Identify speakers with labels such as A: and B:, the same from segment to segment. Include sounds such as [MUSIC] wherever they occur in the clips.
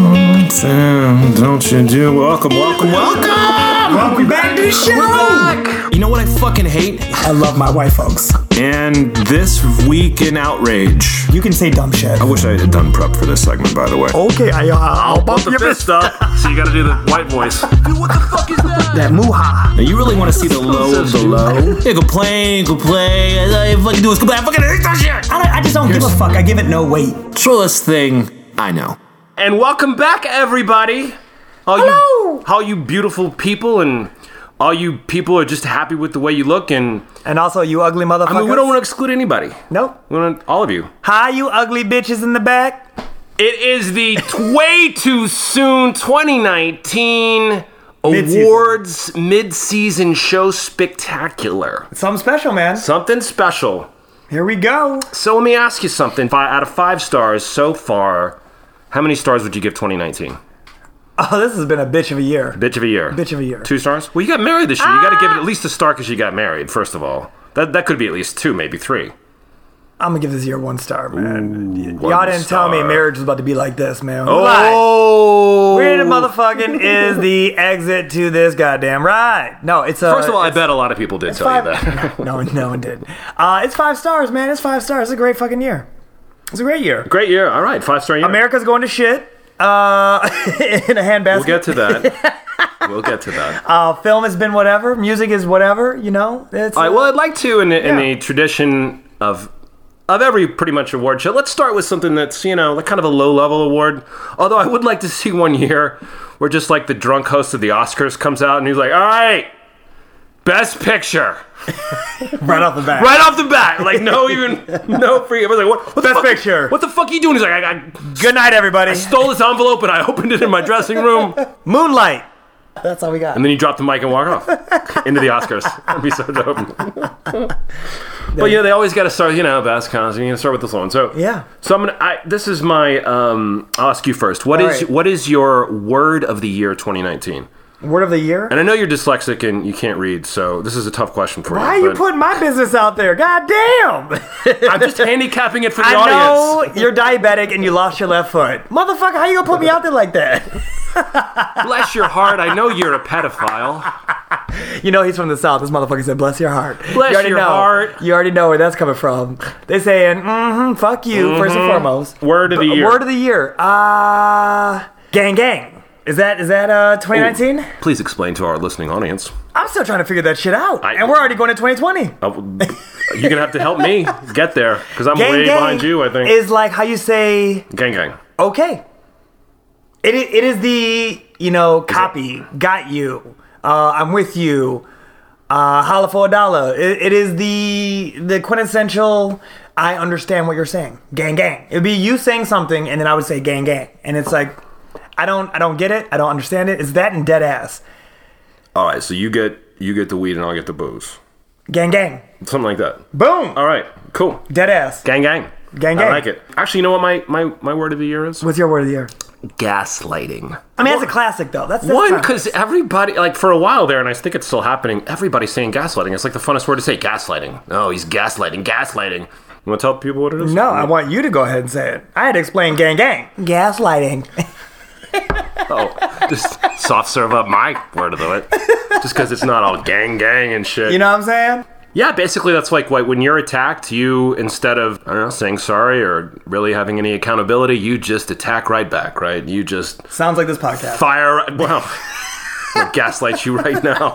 A: Damn, don't you do? Welcome, welcome, welcome!
B: Welcome back to the show.
A: You know what I fucking hate?
B: I love my white folks.
A: And this week in outrage.
B: You can say dumb shit.
A: I wish I had done prep for this segment, by the way.
B: Okay, I, I'll bump
C: the fist up, so you gotta do the white voice.
B: That mooha.
A: Now, you really want to see the low of the low? Yeah, complain, complain. All I fucking do is complain. I fucking hate that shit.
B: I, don't- I just don't give a fuck. I give it no weight.
A: Trillest thing I know.
C: And welcome back, everybody. All
B: Hello.
C: you, all you beautiful people, and all you people who are just happy with the way you look. And
B: And also, you ugly motherfuckers.
C: I mean, we don't want to exclude anybody.
B: Nope.
C: We want all of you.
B: Hi, you ugly bitches in the back.
C: It is the way too soon 2019
B: Mid-season.
C: awards mid-season show spectacular.
B: Something special, man.
C: Something special.
B: Here we go.
C: So let me ask you something. Five, out of five stars so far, how many stars would you give 2019?
B: Oh, this has been a bitch of a year.
C: Bitch of a year.
B: Bitch of a year.
C: Two stars? Well, you got married this year. You got to give
B: Ah.
C: it at least a star because you got married, first of all. That, that could be at least two, maybe three.
B: I'm gonna give this year one star, man. Y'all
C: One
B: didn't tell
C: star.
B: me marriage was about to be like this, man. Lie.
C: Oh!
B: Weird motherfucking is the exit to this goddamn ride. No, it's a.
C: First of all, I bet a lot of people did tell
B: five.
C: you
B: [LAUGHS]
C: that. [LAUGHS]
B: no, one- no one did. Uh, it's five stars, man. It's five stars. It's a great fucking year. It's a great year.
C: Great year. All right, five star year.
B: America's going to shit uh, [LAUGHS] in a handbasket.
C: We'll get
B: [LAUGHS]
C: to that. we'll get to that.
B: uh, film has been whatever. Music is whatever. You know, it's
C: All right, well, I'd like to, in, the in
B: Yeah.
C: the tradition of of every pretty much award show, let's start with something that's you know like kind of a low level award. Although I would like to see one year where just like the drunk host of the Oscars comes out and he's like, "All right, best picture."
B: [LAUGHS] right off the bat.
C: Right off the bat, like
B: [LAUGHS]
C: no even no free. I was like, what? what the
B: Best
C: fuck-
B: picture.
C: What the fuck are you doing? He's like, I, I
B: Good night, everybody.
C: stole this envelope and I opened it in my dressing room, and
B: Moonlight. That's all we got.
C: then he dropped the mic and walked off into the Oscars. That'd be so dope. but you know, they always got to start. You know, best concert. You got to start with the song. So
B: Yeah.
C: So I'm gonna. I, this is my. Um, I'll ask you first. What is
B: All right.
C: what is your word of the year 2019?
B: Word of the year.
C: And I know you're dyslexic and you can't read, so this is a tough question for
B: Why are
C: you.
B: you
C: but
B: putting my business out there? God damn. [LAUGHS]
C: I'm just handicapping it for the
B: I
C: audience.
B: know you're diabetic and you lost your left foot. Motherfucker, how you gonna put me out there like that?
C: Bless your heart. I know you're a pedophile.
B: You know he's from the south. This motherfucker said, "Bless your heart." you
C: Bless
B: already
C: your
B: know.
C: heart.
B: You already know where that's coming from. They saying, "Mm-hmm, fuck you." First and foremost,
C: Word of the year.
B: word of the year. Uh gang, gang. Is that is that uh 2019?
C: Please explain to our listening audience.
B: I'm still trying to figure that shit out,
C: I-
B: and we're already going to 2020.
C: I w- Uh, you're gonna have to help me get there because I'm
B: Gang,
C: way
B: gang
C: behind you. I think.
B: is like how you say
C: gang, gang.
B: okay. It i- it is the you know copy got you. Uh, I'm with you. Uh, holla for a dollar. It, it is the the quintessential. I understand what you're saying. Gang gang. It'd be you saying something, and then I would say gang gang, and it's like I don't I don't get it. I don't understand it. It's that and dead ass.
C: All right. So you get you get the weed and I'll get the booze.
B: Gang gang.
C: Something like that.
B: Boom.
C: All right. Cool.
B: Dead ass.
C: Gang, gang.
B: Gang,
C: I
B: gang.
C: like it. Actually, you know what my my my word of the year is?
B: What's your word of the year?
C: gaslighting.
B: I mean, that's a classic though. That's, that's
C: One,
B: time.
C: because everybody, like for a while there, and I think it's still happening, everybody's saying gaslighting. It's like the funnest word to say, gaslighting. Oh, he's gaslighting, gaslighting. You want to tell people what it is?
B: No, I want you to go ahead and say it. I had to explain gang gang. Gaslighting.
C: [LAUGHS] Oh, just soft serve up my word of the week. Just because it's not all gang, gang and shit.
B: You know what I'm saying?
C: Yeah, basically, that's like why- when you're attacked, you, instead of, I don't know, saying sorry or really having any accountability, you just attack right back, right? You just
B: Sounds like this podcast.
C: fire. Well, [LAUGHS] I'll gaslight you right now.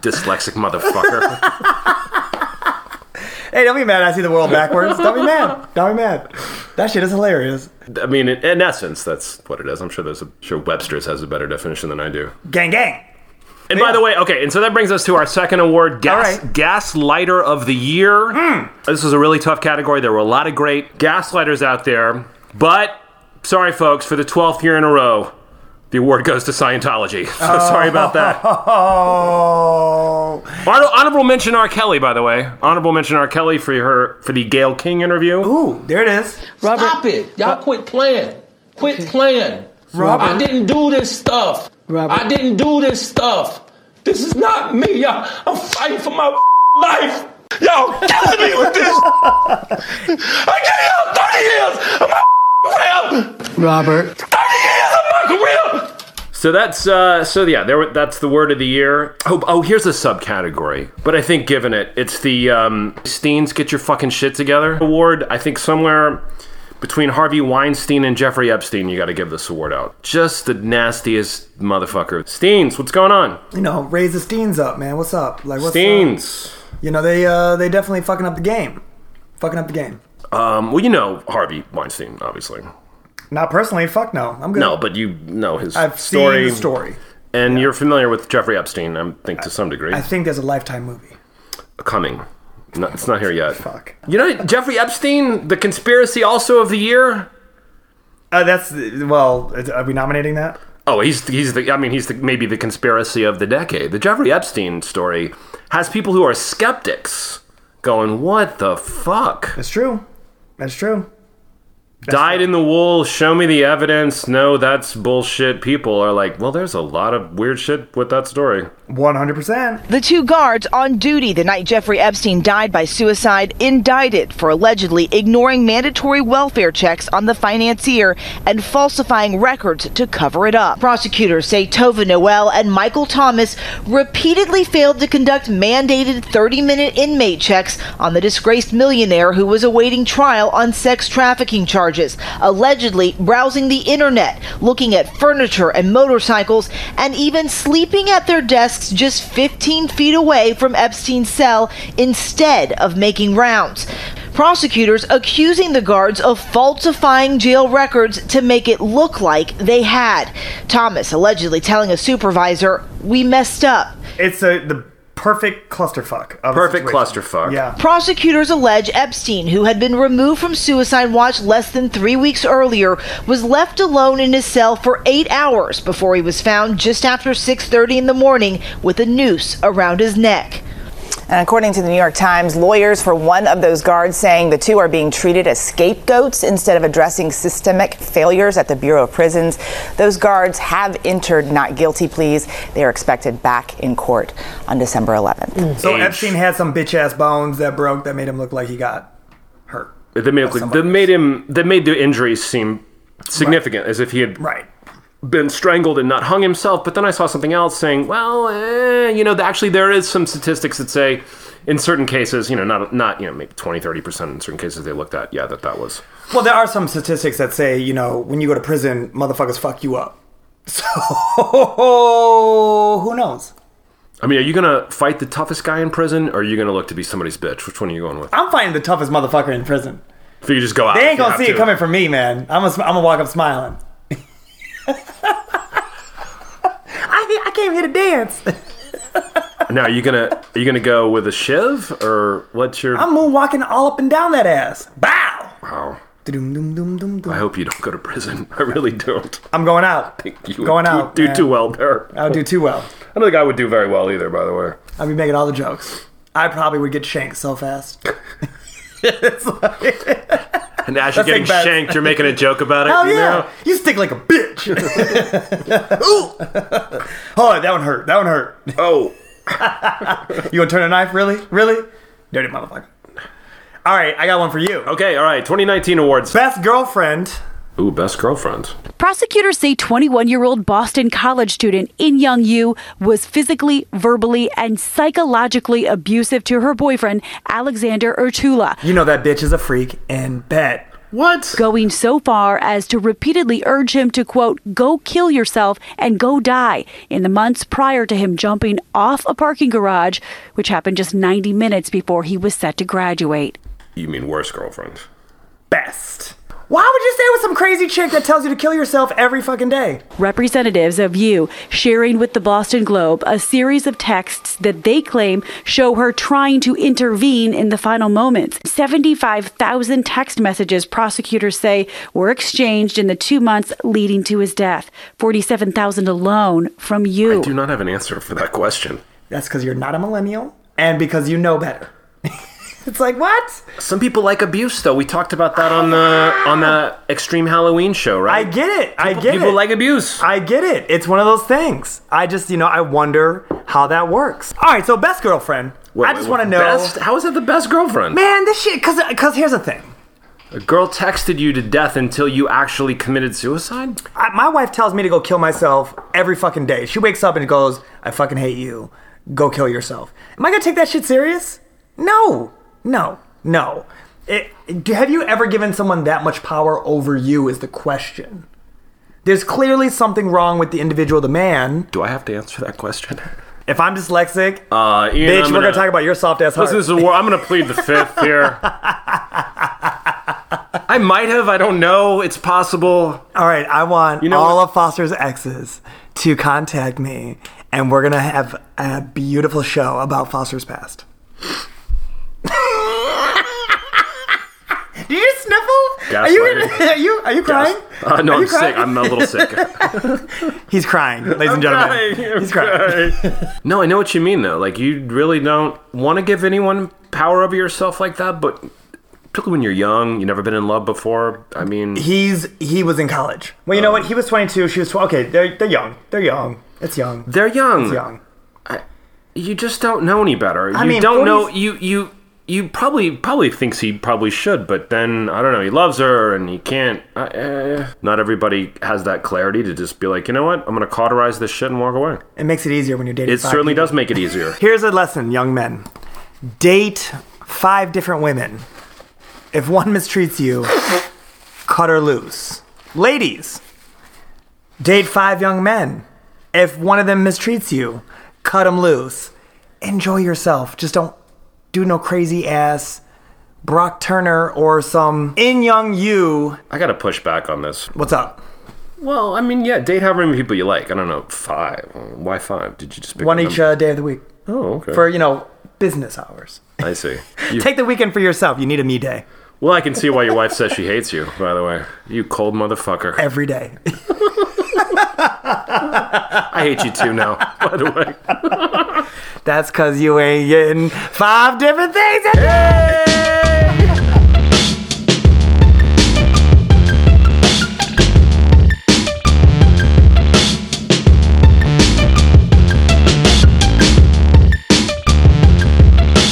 C: Dyslexic motherfucker.
B: Hey, don't be mad. I see the world backwards. don't be mad. Don't be mad. That shit is hilarious.
C: I mean, in, in essence, that's what it is. I'm sure there's a sure Webster's has a better definition than I do.
B: Gang gang.
C: And by the way, okay, and so that brings us to our second award, gas,
B: All right. Hmm.
C: Gaslighter of the Year. This is a really tough category. There were a lot of great gaslighters out there, but sorry, folks, for the 12th year in a row, the award goes to Scientology. [LAUGHS] So sorry
B: [LAUGHS]
C: about that.
B: Oh.
C: Hon- honorable mention R. Kelly, by the way. Honorable mention R. Kelly for her for the Gail King interview.
B: Ooh, there it is.
D: Stop it. Y'all quit playing. Quit playing.
B: Robert.
D: I didn't do this stuff.
B: Robert.
D: I didn't do this stuff. This is not me. Y'all, I'm fighting for my [LAUGHS]
B: [LAUGHS]
D: life. Y'all killing me with this. I gave y'all 30 years [LAUGHS] Well, 30
E: Robert.
D: years of my career.
C: So that's uh, so yeah. There, were- that's the word of the year. Oh, oh, here's a subcategory. But I think given it, it's the um, Steens Get Your Fucking Shit Together award. I think somewhere between Harvey Weinstein and Jeffrey Epstein, you got to give this award out. Just the nastiest motherfucker. Steens, what's going on?
B: You know, raise the Steens up, man. What's up? Like what's up?
C: Steens.
B: You know, they uh they definitely fucking up the game. Fucking up the game.
C: Um, well, you know Harvey Weinstein, obviously.
B: Not personally, fuck no. I'm good.
C: No, but you know his
B: I've
C: story.
B: seen the story.
C: And you're familiar with Jeffrey Epstein, I think, to some degree.
B: I think there's a lifetime movie.
C: Coming. No, it's not here yet.
B: Fuck.
C: You know, Jeffrey Epstein, the conspiracy also of the year.
B: Uh, that's well. is- Are we nominating that?
C: Oh, he's he's the. I mean, he's the, maybe the conspiracy of the decade. The Jeffrey Epstein story has people who are skeptics going, "What the fuck?
B: That's true. That's true.
C: Died in the wool. Show me the evidence. No, that's bullshit." People are like, "Well, there's a lot of weird shit with that story."
B: One hundred percent.
F: The two guards on duty the night Jeffrey Epstein died by suicide indicted for allegedly ignoring mandatory welfare checks on the financier and falsifying records to cover it up. Prosecutors say Tova Noel and Michael Thomas repeatedly failed to conduct mandated 30 minute inmate checks on the disgraced millionaire who was awaiting trial on sex trafficking charges, allegedly browsing the internet, looking at furniture and motorcycles, and even sleeping at their desks just 15 feet away from Epstein's cell instead of making rounds. Prosecutors accusing the guards of falsifying jail records to make it look like they had. Thomas allegedly telling a supervisor, We messed up.
B: It's a the perfect clusterfuck. Of a
C: Perfect
B: situation.
C: clusterfuck.
B: Yeah.
F: Prosecutors allege Epstein, who had been removed from suicide watch less than three weeks earlier, was left alone in his cell for eight hours before he was found just after 6:30 in the morning with a noose around his neck.
G: And according to the New York Times, lawyers for one of those guards saying the two are being treated as scapegoats instead of addressing systemic failures at the Bureau of Prisons. Those guards have entered not guilty pleas. They are expected back in court on December 11th.
B: So
C: Age.
B: Epstein had some bitch ass bones that broke that made him look like he got hurt.
C: They made it look-
B: somebody
C: that made him. That made the injuries seem significant, as if he had
B: Right.
C: been strangled and not hung himself. But then I saw something else saying, well, eh, you know, actually there is some statistics that say in certain cases, you know, not not you know maybe 20, 30 percent in certain cases they looked at. Yeah, that that was.
B: Well, there are some statistics that say you know when you go to prison, motherfuckers fuck you up. [LAUGHS] So who knows?
C: I mean, are you gonna fight the toughest guy in prison, or are you gonna look to be somebody's bitch? Which one are you going with?
B: I'm fighting the toughest motherfucker in prison.
C: If you just go out,
B: They
C: if
B: ain't
C: you
B: gonna
C: have
B: see
C: to.
B: it coming from me, man. I'm gonna I'm walk up smiling. [LAUGHS] I, I came here to dance.
C: Now, are you gonna are you gonna go with a shiv, or what's your?
B: I'm moonwalking all up and down that ass. Bow.
C: wow.
B: Dum, dum, dum, dum, dum.
C: I hope you don't go to prison. [LAUGHS] I really don't.
B: I'm going out.
C: You would
B: going
C: do,
B: out.
C: Do
B: man.
C: too well there.
B: I would do too well.
C: I don't think I would do very well either. By the way.
B: I'd be making all the jokes. I probably would get shanked so [LAUGHS] fast. it's like,
C: And as you're
B: That's
C: getting
B: like bad-
C: shanked, you're making a joke about it.
B: hell
C: you
B: yeah.
C: know?
B: You stick like a [LAUGHS] bitch. Ooh. Hold on, that one hurt. That one hurt.
C: Oh,
B: [LAUGHS] You gonna turn a knife? Really? Really? Dirty motherfucker. All right, I got one for you.
C: okay, all right. 2019 awards.
B: Best girlfriend.
C: Ooh, best girlfriend.
H: Prosecutors say 21 year old Boston college student In Young Yu was physically, verbally, and psychologically abusive to her boyfriend, Alexander Urtula,
B: You know that bitch is a freak and bet.
C: What?
H: going so far as to repeatedly urge him to, quote, go kill yourself and go die in the months prior to him jumping off a parking garage, which happened just 90 minutes before he was set to graduate.
C: You mean worst girlfriend?
B: Best. Why would you stay with some crazy chick that tells you to kill yourself every fucking day?
H: representatives of you sharing with the Boston Globe a series of texts that they claim show her trying to intervene in the final moments. 75,000 text messages prosecutors say were exchanged in the two months leading to his death, 47,000 alone from you.
C: I do not have an answer for that question.
B: That's because you're not a millennial and because you know better. [LAUGHS] it's like, what?
C: Some people like abuse, though. We talked about that on the on the Extreme Halloween show,
B: I
C: right?
B: get it. I
C: People-
B: get
C: people
B: it.
C: like abuse.
B: I get it. It's one of those things. I just, you know, I wonder how that works. All right, so best girlfriend.
C: Wait,
B: I
C: wait,
B: just
C: wait.
B: want to know.
C: Best? How is that the best girlfriend?
B: Man, this shit, because here's the thing.
C: A girl texted you to death until you actually committed suicide?
B: I, my wife tells me to go kill myself every fucking day. She wakes up and goes, I fucking hate you. Go kill yourself. Am I gonna take that shit serious? No, no, no. It, do- have you ever given someone that much power over you? Is the question. There's clearly something wrong with the individual, the man.
C: Do I have to answer that question?
B: If I'm dyslexic,
C: Uh, Ian,
B: bitch,
C: I'm
B: we're gonna talk about your soft ass heart.
C: Listen, this is a war. I'm going to plead the fifth
B: [LAUGHS]
C: here. I might have. I don't know. It's possible.
B: All right, I want
C: know
B: all
C: what-
B: of Foster's exes to contact me, and we're gonna have a beautiful show about Foster's [LAUGHS] past. Do you sniffle? Are you, [LAUGHS]
C: Gaslighting.
B: are you are you crying?
C: Uh, no,
B: Are you
C: I'm sick.
B: crying?
C: I'm a little sick.
B: [LAUGHS] He's crying, ladies and gentlemen.
C: Crying.
B: He's crying.
C: [LAUGHS] no, I know what you mean though. Like you really don't want to give anyone power over yourself like that, but particularly when you're young, you've never been in love before. I mean,
B: He's he was in college. Well, you know what? He was 22. She was 12. Okay, they're they're young. They're young. It's young.
C: they're young.
B: It's young.
C: You just don't know any better.
B: I
C: you
B: mean,
C: don't know
B: 40s
C: you you you probably probably thinks he probably should, but then I don't know. He loves her, and he can't. Uh, uh, not everybody has that clarity to just be like, you know what? I'm gonna cauterize this shit and walk away.
B: It makes it easier when you're dating.
C: It
B: five
C: certainly
B: people.
C: does make
B: [LAUGHS]
C: it easier.
B: Here's a lesson, young men. Date five different women. If one mistreats you, cut her loose. Ladies, date five young men. If one of them mistreats you, cut them loose. Enjoy yourself. Just don't do no crazy ass Brock Turner or some in young you.
C: I gotta push back on this.
B: What's up?
C: Well, I mean, yeah, date however many people you like. I don't know, five. Why five? Did you just pick
B: One
C: a
B: each
C: number?
B: uh, day of the week
C: Oh, okay.
B: for, you know, business hours. [LAUGHS]
C: I see. You-
B: Take the weekend for yourself. You need a me day
C: well, I can see why your wife says she hates you. By the way, you cold motherfucker.
B: every day.
C: I hate you too now. [LAUGHS] By the way.
B: That's cause you ain't getting five different things. in-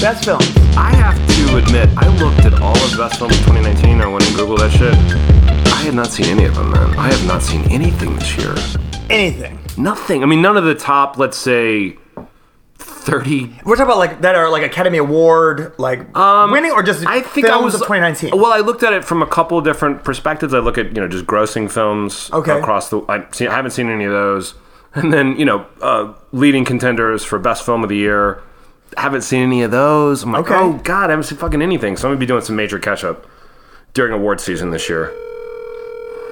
B: Best films.
C: I have to admit, I looked at all of the best films of 2019. I went and Googled that shit. I had not seen any of them, man. I have not seen anything this year.
B: Anything.
C: Nothing. I mean, none of the top, let's say, 30.
B: We're talking about like that are like Academy Award like winning or just
C: Um, I think
B: films
C: I was
B: of 2019.
C: Well, I looked at it from a couple different perspectives. I look at you know just grossing films
B: Okay.
C: across the. I've seen, I haven't seen any of those, and then you know uh, leading contenders for best film of the year. Haven't seen any of those. I'm like,
B: Okay.
C: oh god, I haven't seen fucking anything. So I'm gonna be doing some major catch up during award season this year.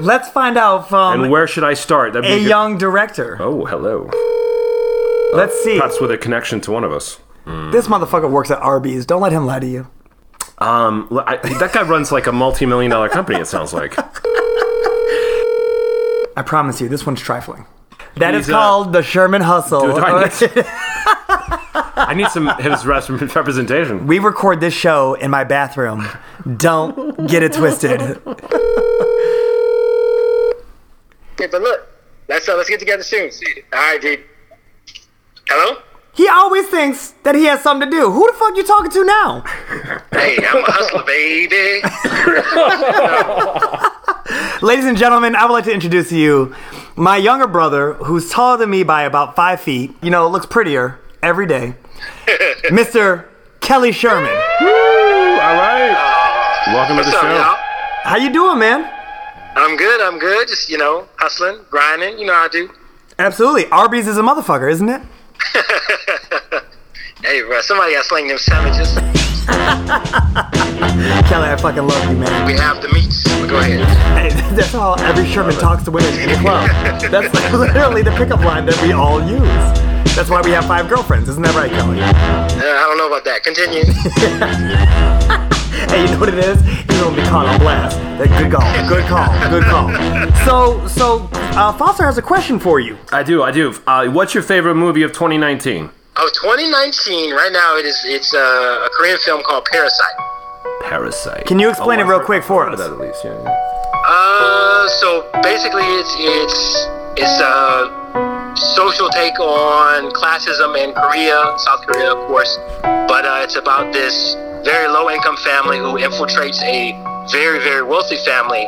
B: Let's find out from
C: And where should I start? That'd
B: a
C: good-
B: young director.
C: Oh, hello.
B: Let's see.
C: Perhaps with a connection to one of us.
B: This motherfucker works at Arby's. Don't let him lie to you.
C: Um, l- I- that guy runs like a multi-million dollar company. It sounds like.
B: I promise you, this one's trifling. That is
C: He's, uh,
B: called the Sherman Hustle.
C: Dude, I need, some, I need some his rest-
B: [LAUGHS]
C: representation.
B: We record this show in my bathroom. Don't get it twisted.
E: Okay, but look, let's uh, let's get together soon. All right, dude. Hello?
B: He always thinks that he has something to do. Who the fuck you talking to now?
E: Hey, I'm a
C: [LAUGHS]
E: hustler, baby.
B: Ladies and gentlemen, I would like to introduce to you my younger brother, who's taller than me by about five feet. You know, looks prettier every day. Mr. Kelly Sherman.
C: All right. Welcome to
E: What's
C: the
E: up,
C: show.
E: y'all?
B: How you doing, man?
E: I'm good. I'm good. Just you know, hustling, grinding. You know how I do.
B: Absolutely. Arby's is a motherfucker, isn't it?
E: Hey, bro, somebody got sling them sandwiches.
B: Kelly, I fucking love you, man.
E: We have the meats. But go ahead. Uh,
B: Hey, [LAUGHS] that's how every Sherman talks to women in the club. That's [LAUGHS] literally the pickup line that we all use. That's why we have five girlfriends, isn't that right, Kelly?
E: Uh, I don't know about that.
C: [LAUGHS]
E: Continue.
B: Hey, you know what it is? You're gonna be caught on blast. That good call, good call, good call.
C: [LAUGHS]
B: So, so uh, Foster has a question for you.
C: I do. I do. Uh, what's your favorite movie of 2019?
E: oh, 2019. Right now, it is. It's uh, a Korean film called Parasite.
C: Parasite.
B: Can you explain
C: Oh,
B: it
C: I
B: real
C: heard-
B: quick for
C: I heard
B: us?
C: That at least. Yeah. yeah.
E: Uh, so basically, it's it's it's a social take on classism in Korea, South Korea, of course. But uh, it's about this very low income family who infiltrates a very, very wealthy family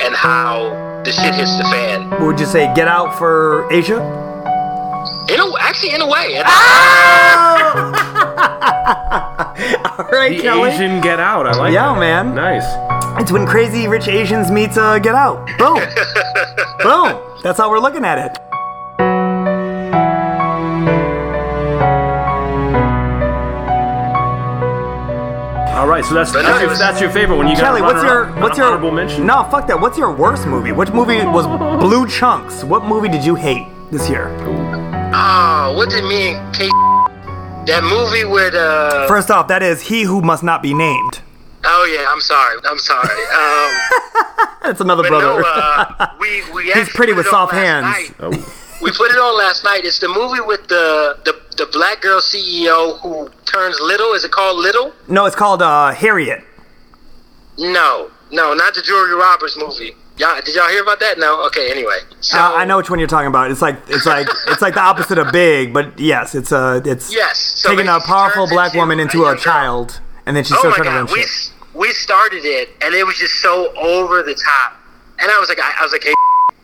E: and how the shit hits the fan.
B: What would you say? Get out for Asia?
E: In a, actually, in a way. And
B: All right,
C: The
B: Kelly.
C: Asian Get Out. I like
B: Yeah,
C: that.
B: man.
C: Nice.
B: It's when Crazy Rich Asians meets uh, Get Out.
C: [LAUGHS]
B: Boom. Boom. That's how we're looking at it.
C: All right, so that's
E: But
C: that's,
E: no, it
C: your,
E: was-
C: that's your favorite one. You got
B: Kelly,
C: a
B: what's your
C: runner-up,
B: what's
C: an
B: your
C: honorable mention?
B: No, fuck that. What's your worst movie? Which movie was Blue Chunks? What movie did you hate this year?
E: oh, what did me and Kate? That movie with uh.
B: First off, that is He Who Must Not Be Named.
E: oh yeah, I'm sorry. I'm sorry. Um,
B: That's another
E: but
B: brother.
E: no, uh, we we
B: He's
E: actually
B: pretty
E: put
B: with
E: it on
B: soft
E: last
B: hands.
E: night.
C: Oh.
E: We put it on last night. It's the movie with the the, the black girl CEO who turns little. Is it called Little?
B: [LAUGHS] no, it's called uh, Harriet.
E: No, no, not the Jewelry Robbers movie. Y'all, did y'all hear about that? No. Okay. Anyway, so
B: Uh, I know which one you're talking about. It's like it's like it's like the opposite of big, but yes, it's uh, it's
E: Yes, so
B: taking a
E: basically she
B: powerful
E: turns
B: black
E: into
B: woman
E: a
B: into a
E: young girl.
B: child, and then she's
E: oh
B: still
E: my
B: trying to run
E: god, we
B: shit.
E: s- we started it and it was just so over the top, and I was like, I, I was like, hey,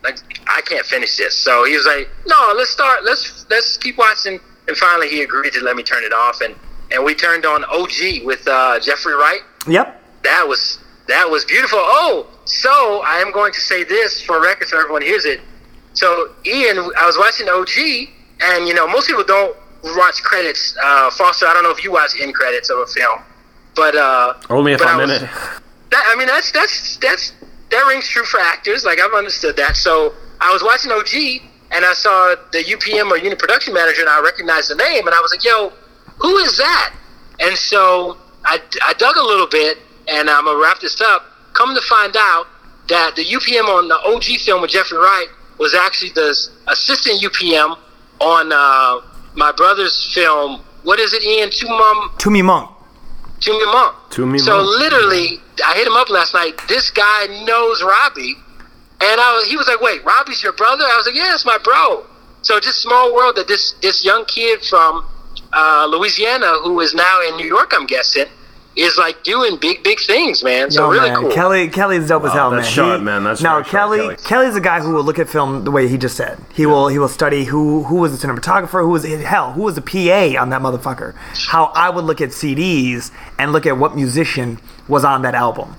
E: like I can't finish this. So he was like, no, let's start, let's let's keep watching, and finally he agreed to let me turn it off, and and we turned on OG with uh, Jeffrey Wright.
B: Yep.
E: That was that was beautiful. Oh, so I am going to say this for record so everyone hears it. So Ian, I was watching OG, and you know most people don't watch credits. Uh, Foster, I don't know if you watch end credits of a film, but uh,
C: Only if
E: but
C: I'm
E: I
C: in
E: was-
C: it. [LAUGHS]
E: That, I mean, that's that's that's that rings true for actors. Like I've understood that. So I was watching OG, and I saw the UPM or unit production manager, and I recognized the name, and I was like, "Yo, who is that?" And so I, I dug a little bit, and I'm gonna wrap this up. Come to find out that the UPM on the OG film with Jeffrey Wright was actually the s- assistant UPM on uh, my brother's film. What is it, Ian? Two Mum
B: Toomey Monk.
E: Junior Monk.
C: Toomey
E: so
C: Monk.
E: literally, I hit him up last night. This guy knows Robbie, and I was, he was like, "Wait, Robbie's your brother?" I was like, "Yeah, it's my bro." So just small world that this this young kid from uh, Louisiana who is now in New York, I'm guessing, is like doing big big things, man. So
B: Yo,
E: really
B: man,
E: cool.
B: Kelly, Kelly's dope as hell,
C: that's
B: man.
C: sharp, man. That's
B: no,
C: very sharp,
B: Kelly,
C: Kelly.
B: Kelly's a guy who will look at film the way he just said. He will, he will study who who was the cinematographer, who was hell, who was the PA on that motherfucker. How I would look at CDs and look at what musician was on that album.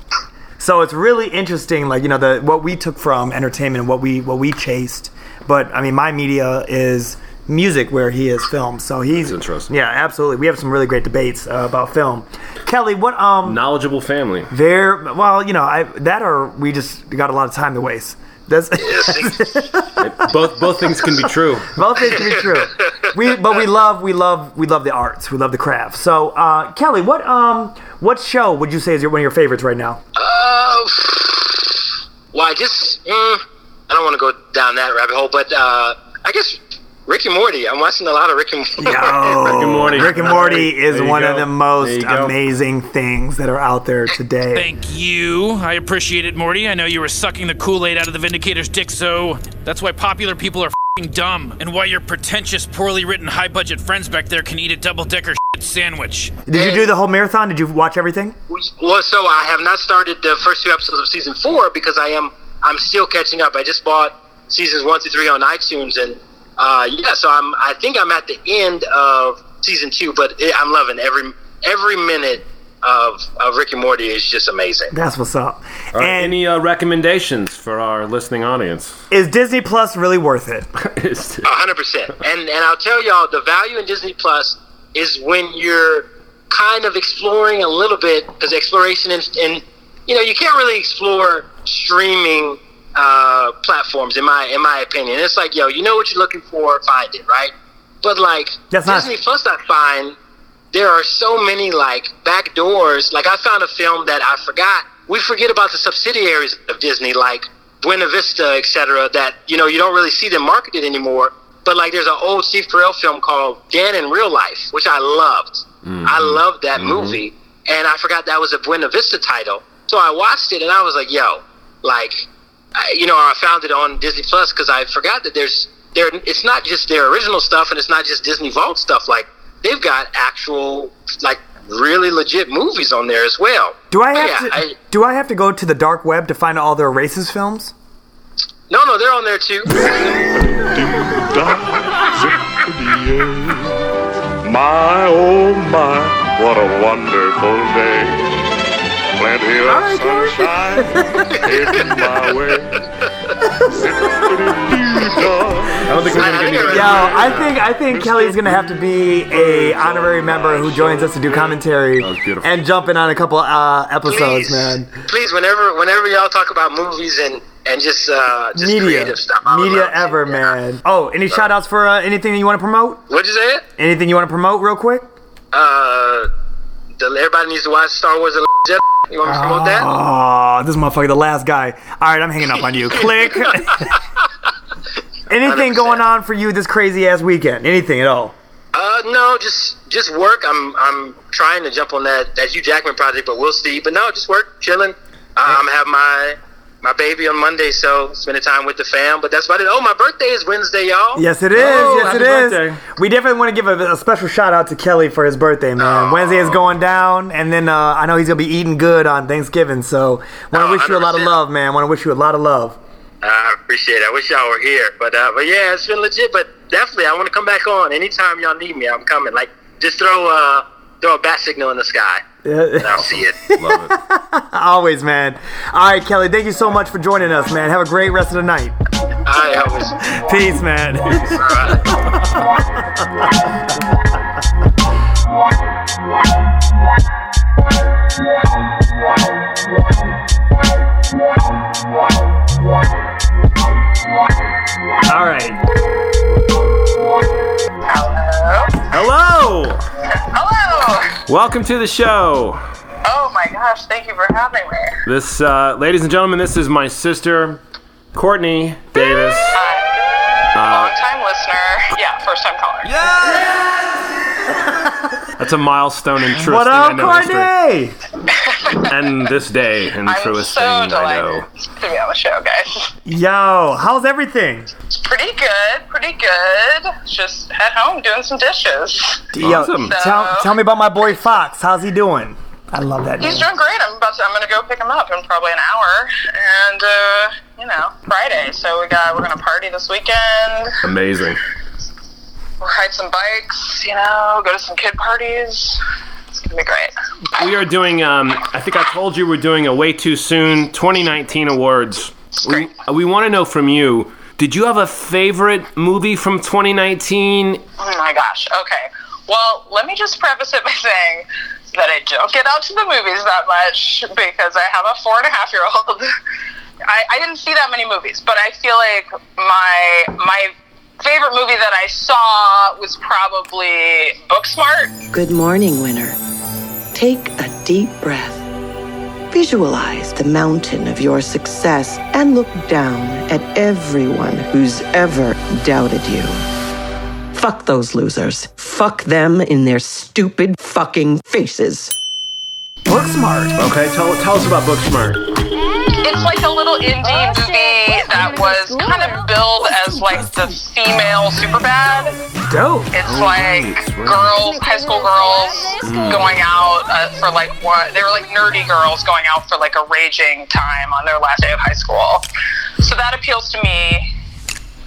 B: So it's really interesting, like you know, the what we took from entertainment, what we what we chased. But I mean, my media is music, where he is film. So he's
C: interesting.
B: Yeah, absolutely. We have some really great debates uh, about film. Kelly, what um
C: Knowledgeable family.
B: there, well, you know, I that or we just got a lot of time to waste. That's [LAUGHS]
C: both both things can be true.
B: both things can be true. We, but we love, we love, we love the arts. We love the craft. So, uh, Kelly, what um, what show would you say is your, one of your favorites right
C: [LAUGHS]
B: now?
E: Uh, why? Just mm, I don't want to go down that rabbit hole, but uh, I guess Rick and Morty. I'm watching a lot of Rick and Morty.
B: Rick
C: and Morty.
B: Rick and Morty
C: There
B: is
C: you
B: one
C: go.
B: of the
C: There
B: most
C: you go.
B: amazing things that are out
I: [LAUGHS]
B: there today.
J: Thank you. I appreciate it, Morty. I know you were sucking the Kool Aid out of the Vindicator's dick, so that's why popular people are fing dumb, and why your pretentious, poorly written, high budget friends back there can eat a double decker shit sandwich.
B: Did you do the whole marathon? Did you watch everything?
E: Well, so uh, I have not started the first two episodes of season four because I am I'm still catching up. I just bought seasons one through three on iTunes, and uh, yeah, so I'm I think I'm at the end of season two, but it, I'm loving every every minute of of Rick and Morty is just amazing.
B: That's what's up.
C: All right,
B: and
C: any uh, recommendations for our listening audience? [LAUGHS]
B: is Disney Plus really worth it?
C: Is-
E: A hundred percent. And and I'll tell y'all the value in Disney Plus is when you're kind of exploring a little bit because exploration and, and you know you can't really explore streaming uh, platforms in my in my opinion. It's like yo, you know what you're looking for, find it right. But like
B: That's not-
E: Disney Plus, I find there are so many like back doors. Like I found a film that I forgot. We forget about the subsidiaries of Disney, like Buena Vista, etc. That you know you don't really see them marketed anymore. But like there's an old Steve Carell film called Dan in Real Life, which I loved. I loved that movie, and I forgot that was a Buena Vista title. So I watched it and I was like, yo, like, I, you know, I found it on Disney Plus because I forgot that there's there. It's not just their original stuff and it's not just Disney Vault stuff. Like they've got actual like really legit movies on there as well. Oh,
B: Do I have
E: Yeah,
B: to?
E: I-
B: do I have to go to the dark web to find all their racist films?
E: No, no, they're on there too.
K: My oh my, what a wonderful day. Plenty of sunshine
B: [LAUGHS]
K: in my way.
C: I don't think we're gonna get any.
B: Yo, I think I think Kelly's gonna have to be a honorary member who joins us to do commentary
C: was beautiful.
B: and jump in on a couple uh, episodes,
E: please,
B: man.
E: please, whenever whenever y'all talk about movies and and just uh, just
B: Media,
E: creative stuff, I would
B: media
E: love to.
B: ever,
E: Yeah.
B: man. Oh, any shout outs for uh, anything that you want to promote?
E: What'd you say?
B: Anything you want to promote, real quick?
E: Uh, the, everybody needs to watch Star Wars: The Last Jedi. You want me to promote that?
B: Oh, this motherfucker, the last guy. All right, I'm hanging up on you. [LAUGHS] Click. Anything
E: 100%.
B: going on for you this crazy ass weekend? Anything at all?
E: Uh, no, just just work. I'm I'm trying to jump on that that Hugh Jackman project, but we'll see. But no, just work, chilling. Uh, I'm have my my baby on Monday, so spending time with the fam. But that's about it. Oh, my birthday is Wednesday, y'all.
B: Yes, it is.
C: Oh,
B: yes, it
C: happy
B: is.
C: birthday.
B: We definitely want to give a, a special shout out to Kelly for his birthday, man. Wednesday is going down, and then uh, I know he's gonna be eating good on Thanksgiving. So, want to
E: Oh,
B: wish you a lot of
E: 100%.
B: love, man. Want to wish you a lot of love.
E: I appreciate it. I wish y'all were here, but uh, but yeah, it's been legit. But definitely, I want to come back on anytime y'all need me. I'm coming. Like just throw uh throw a bat signal in the sky, and I'll
B: [LAUGHS]
E: see it.
C: Love it.
B: Always, man. All right, Kelly. Thank you so much for joining us, man. Have a great rest of the night.
E: All right, always.
B: Peace, man.
E: All right.
B: All right. Hello.
I: Hello!
C: Welcome to the show.
I: Oh my gosh, thank you for having me.
C: This, uh, ladies and gentlemen, this is my sister, Courtney Davis.
I: Long time listener. Yeah, first time caller.
C: That's a milestone in true
B: What
C: thing I
B: up,
C: know
B: Courtney?
C: history. And this day in the
I: I'm
C: truest
I: so
C: thing I know.
I: delighted to be on the show, guys.
B: Yo, how's everything?
I: It's pretty good, pretty good. Just at home doing some dishes.
C: Awesome.
B: Yo, tell, tell me about my boy Fox. How's he doing? I love that name.
I: He's doing great. I'm about to. I'm gonna go pick him up in probably an hour, and uh, you know, Friday. So we got. We're gonna party this weekend.
C: Amazing.
I: Ride some bikes. You know, go to some kid parties. It's gonna be great.
C: We are doing, um, I think I told you we're doing a Way Too Soon 2019 awards. We, we want to know from you did you have a favorite movie from 2019?
I: Oh my gosh. Okay. Well, let me just preface it by saying that I don't get out to the movies that much because I have a four and a half year old. I, I didn't see that many movies, but I feel like my my favorite movie that I saw was probably Booksmart.
L: Good morning, winter. Take a deep breath. Visualize the mountain of your success and look down at everyone who's ever doubted you. Fuck those losers. Fuck them in their stupid fucking faces.
B: Booksmart.
C: Okay, tell, tell us about Booksmart.
I: It's like a little indie movie that was kind of billed as like the female Superbad.
B: Dope.
I: It's like girls, high school girls going out uh, for like what they were like nerdy girls going out for like a raging time on their last day of high school. So that appeals to me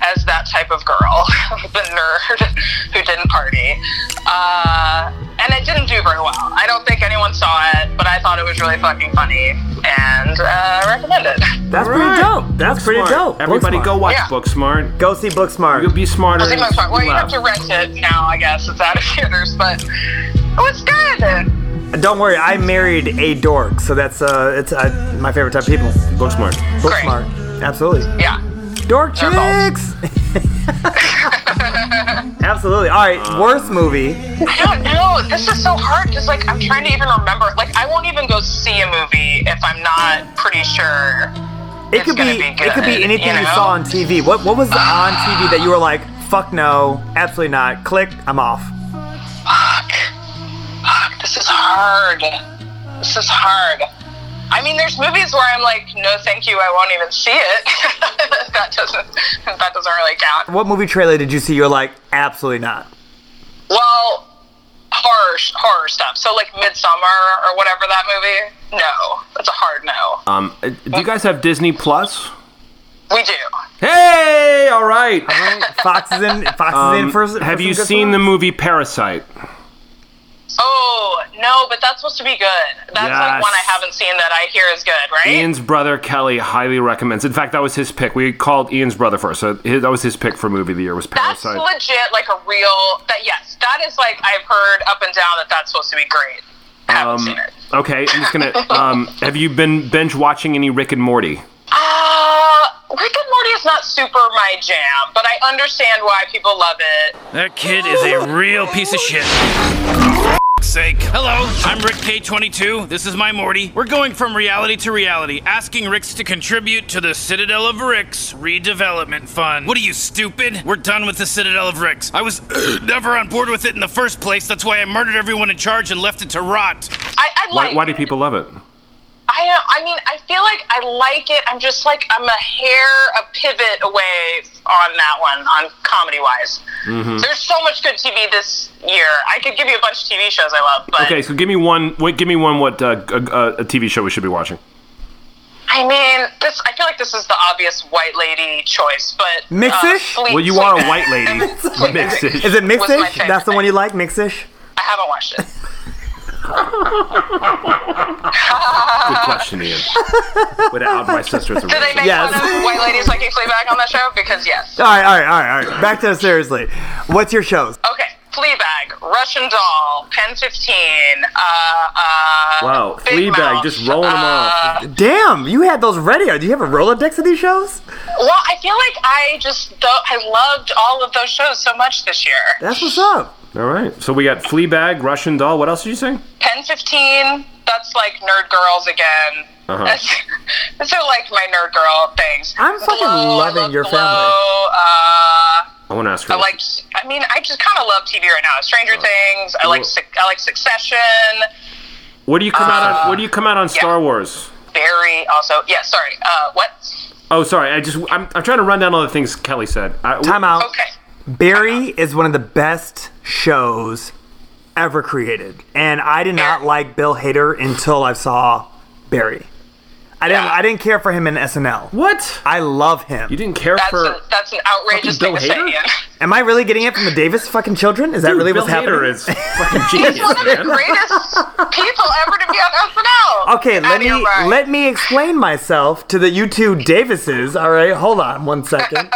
I: as that type of girl, [LAUGHS] the nerd [LAUGHS] who didn't party. Uh, and it didn't do very well. I don't think anyone saw it, but I thought it was really fucking funny and uh, recommend it.
B: That's pretty dope. That's pretty dope.
C: Everybody
B: Booksmart.
C: go watch
I: Yeah.
C: Booksmart.
B: Go see Booksmart.
C: You'll be smarter.
I: I'll see my
C: and
I: part. Well, you have
C: laugh.
I: to rent it now, I guess. It's out of theaters, but it was good.
B: Don't worry, I married a dork, so that's uh, it's uh, my favorite type of people.
C: Booksmart.
I: Great.
B: Booksmart, absolutely.
I: Yeah.
B: Dork
I: They're bold.
B: chicks. [LAUGHS] absolutely. All right, worst movie.
I: I don't know. This is so hard because, like, I'm trying to even remember. Like, I won't even go see a movie if I'm not pretty sure.
B: It could
I: gonna
B: be,
I: be
B: it could
I: good,
B: be anything you,
I: you know?
B: saw on TV. What what was on TV that you were like, fuck no, absolutely not. Click, I'm off.
I: Fuck. Fuck. This is hard. This is hard. I mean, there's movies where I'm like, no, thank you. I won't even see it. [LAUGHS] that doesn't. That doesn't really count.
B: What movie trailer did you see? You're like, absolutely not.
I: Well, horror horror stuff. So like Midsummer or whatever that movie. No, that's a hard no.
C: Um, uh, do you guys have Disney Plus?
I: We do.
C: Hey, all right.
B: Fox is in. Fox is in
C: Um,
B: for. for
C: have
B: some
C: you
B: good
C: seen
B: ones.
C: the movie Parasite?
I: Oh no, but that's supposed to be good. That's like
C: Yes.
I: one I haven't seen that I hear is good,
B: Eh.
I: right?
C: Ian's brother Kelly highly recommends. In fact, that was his pick. We called Ian's brother first, so his, that was his pick for movie of the year was
I: that's
C: Parasite.
I: legit, like a real. That yes, that is like I've heard up and down that that's supposed to be great.
C: um, Okay, I'm
I: [LAUGHS]
C: just gonna. Um, have you been binge watching any Rick and Morty?
I: Uh, Rick and Morty is not super my jam, but I understand why people love it.
J: That kid is a real piece of shit. F- sake. Hello, I'm Rick K22. This is my Morty. We're going from reality to reality, asking Ricks to contribute to the Citadel of Ricks redevelopment fund. What are you, stupid? We're done with the Citadel of Ricks. I was [CLEARS THROAT] never on board with it in the first place. That's why I murdered everyone in charge and left it to rot.
I: I, I
C: Why,
I: like.
C: why do people love it?
I: I don't- I mean, I feel like I like it. I'm just like I'm a hair a pivot away on that one on comedy wise.
C: Mhm.
I: There's so much good TV this year. I could give you a bunch of TV shows I love, but
C: Okay, so give me one. Wait, give me one. What uh, a, a, a TV show we should be watching?
I: I mean, this. I feel like this is the obvious white lady choice, but uh,
B: Mixish?
I: Sleep-
C: Well, you
I: Sleep-
C: are a white
I: [LAUGHS]
C: lady.
I: Sleep-
C: [LAUGHS] Mixish.
B: Is
I: was
B: it
I: my
B: Mixish? That's the one you like, Mixish.
I: I haven't watched it.
C: Good
I: [LAUGHS]
C: question, Ian. Way to out my sister as a
I: Do they make
B: Yes.
I: fun of white ladies liking Fleabag on that show? Because yes.
B: All right, all right, all right, all right. Back to seriously. What's your shows?
I: Okay. Fleabag, Russian Doll, Pen 15, uh, uh,
B: Wow,
I: Big Mouth. uh,
B: just rolling them off. Damn, you had those ready. Do you have a Rolodex of these shows?
I: Well, I feel like I just, th- I loved all of those shows so much this year.
B: That's what's up.
I: Uh,
C: All right. So we got Fleabag, Russian Doll. What else did you say?
I: Pen 15, that's like Nerd Girls again.
C: Uh-huh.
I: That's- [LAUGHS] Those are like my Nerd Girl things. uh,
B: I'm fucking loving your family.
C: I want to ask her.
I: I like. I mean, I just kind of love TV right now. Stranger
B: Uh-huh.
I: Things. I like. Suc- I like Succession.
C: what do you come out
I: uh,
C: on? What do you come out on Star Wars?
I: Barry. Also, yeah. Sorry. Uh, what?
C: Oh, sorry. I just I'm, I'm trying to run down all the things Kelly said. I,
B: Time out.
I: Okay.
B: Barry is one of the best shows ever created, and I did not like Bill Hader until I saw Barry. I didn't. I didn't care for him in SNL.
C: What?
B: I love him. You
C: didn't care
I: That's an, that's an outrageous thing
B: Fucking
I: to
B: Bill
I: say.
B: Hader?
I: Ian.
B: Am I really getting it from the Davis fucking children? Is that really
C: Bill
B: what's happening?
C: Hader is
B: [LAUGHS]
C: fucking
I: He's one of the greatest people ever to be on SNL.
B: Okay,
I: Get
B: let
I: outta
B: me
I: here, Brian.
B: let me explain myself to the you two Davises. All right, hold on
I: [LAUGHS]
B: one second.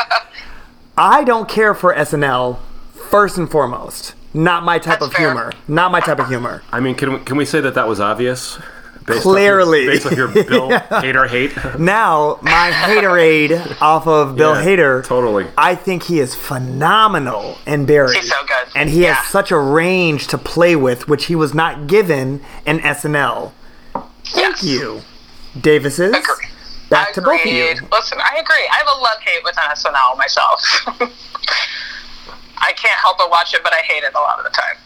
B: I don't care for SNL first and foremost. Not my type of humor. Not my type of humor.
C: I mean, can we, can we say that that was obvious? Based
B: Clearly.
C: off your, based
B: [LAUGHS]
C: off your Bill Hader hate.
B: Now my
I: [LAUGHS]
B: haterade off of Bill
C: Yeah,
B: Hader.
C: Totally.
B: I think he is phenomenal in Barry.
I: He's so good.
B: And he has such a range to play with, which he was not given in SNL. Thank you, Davises. Back to both of you.
I: Agreed. Listen, I agree. I have a love hate with SNL myself. [LAUGHS] I can't help but watch it, but I hate it a lot of the time.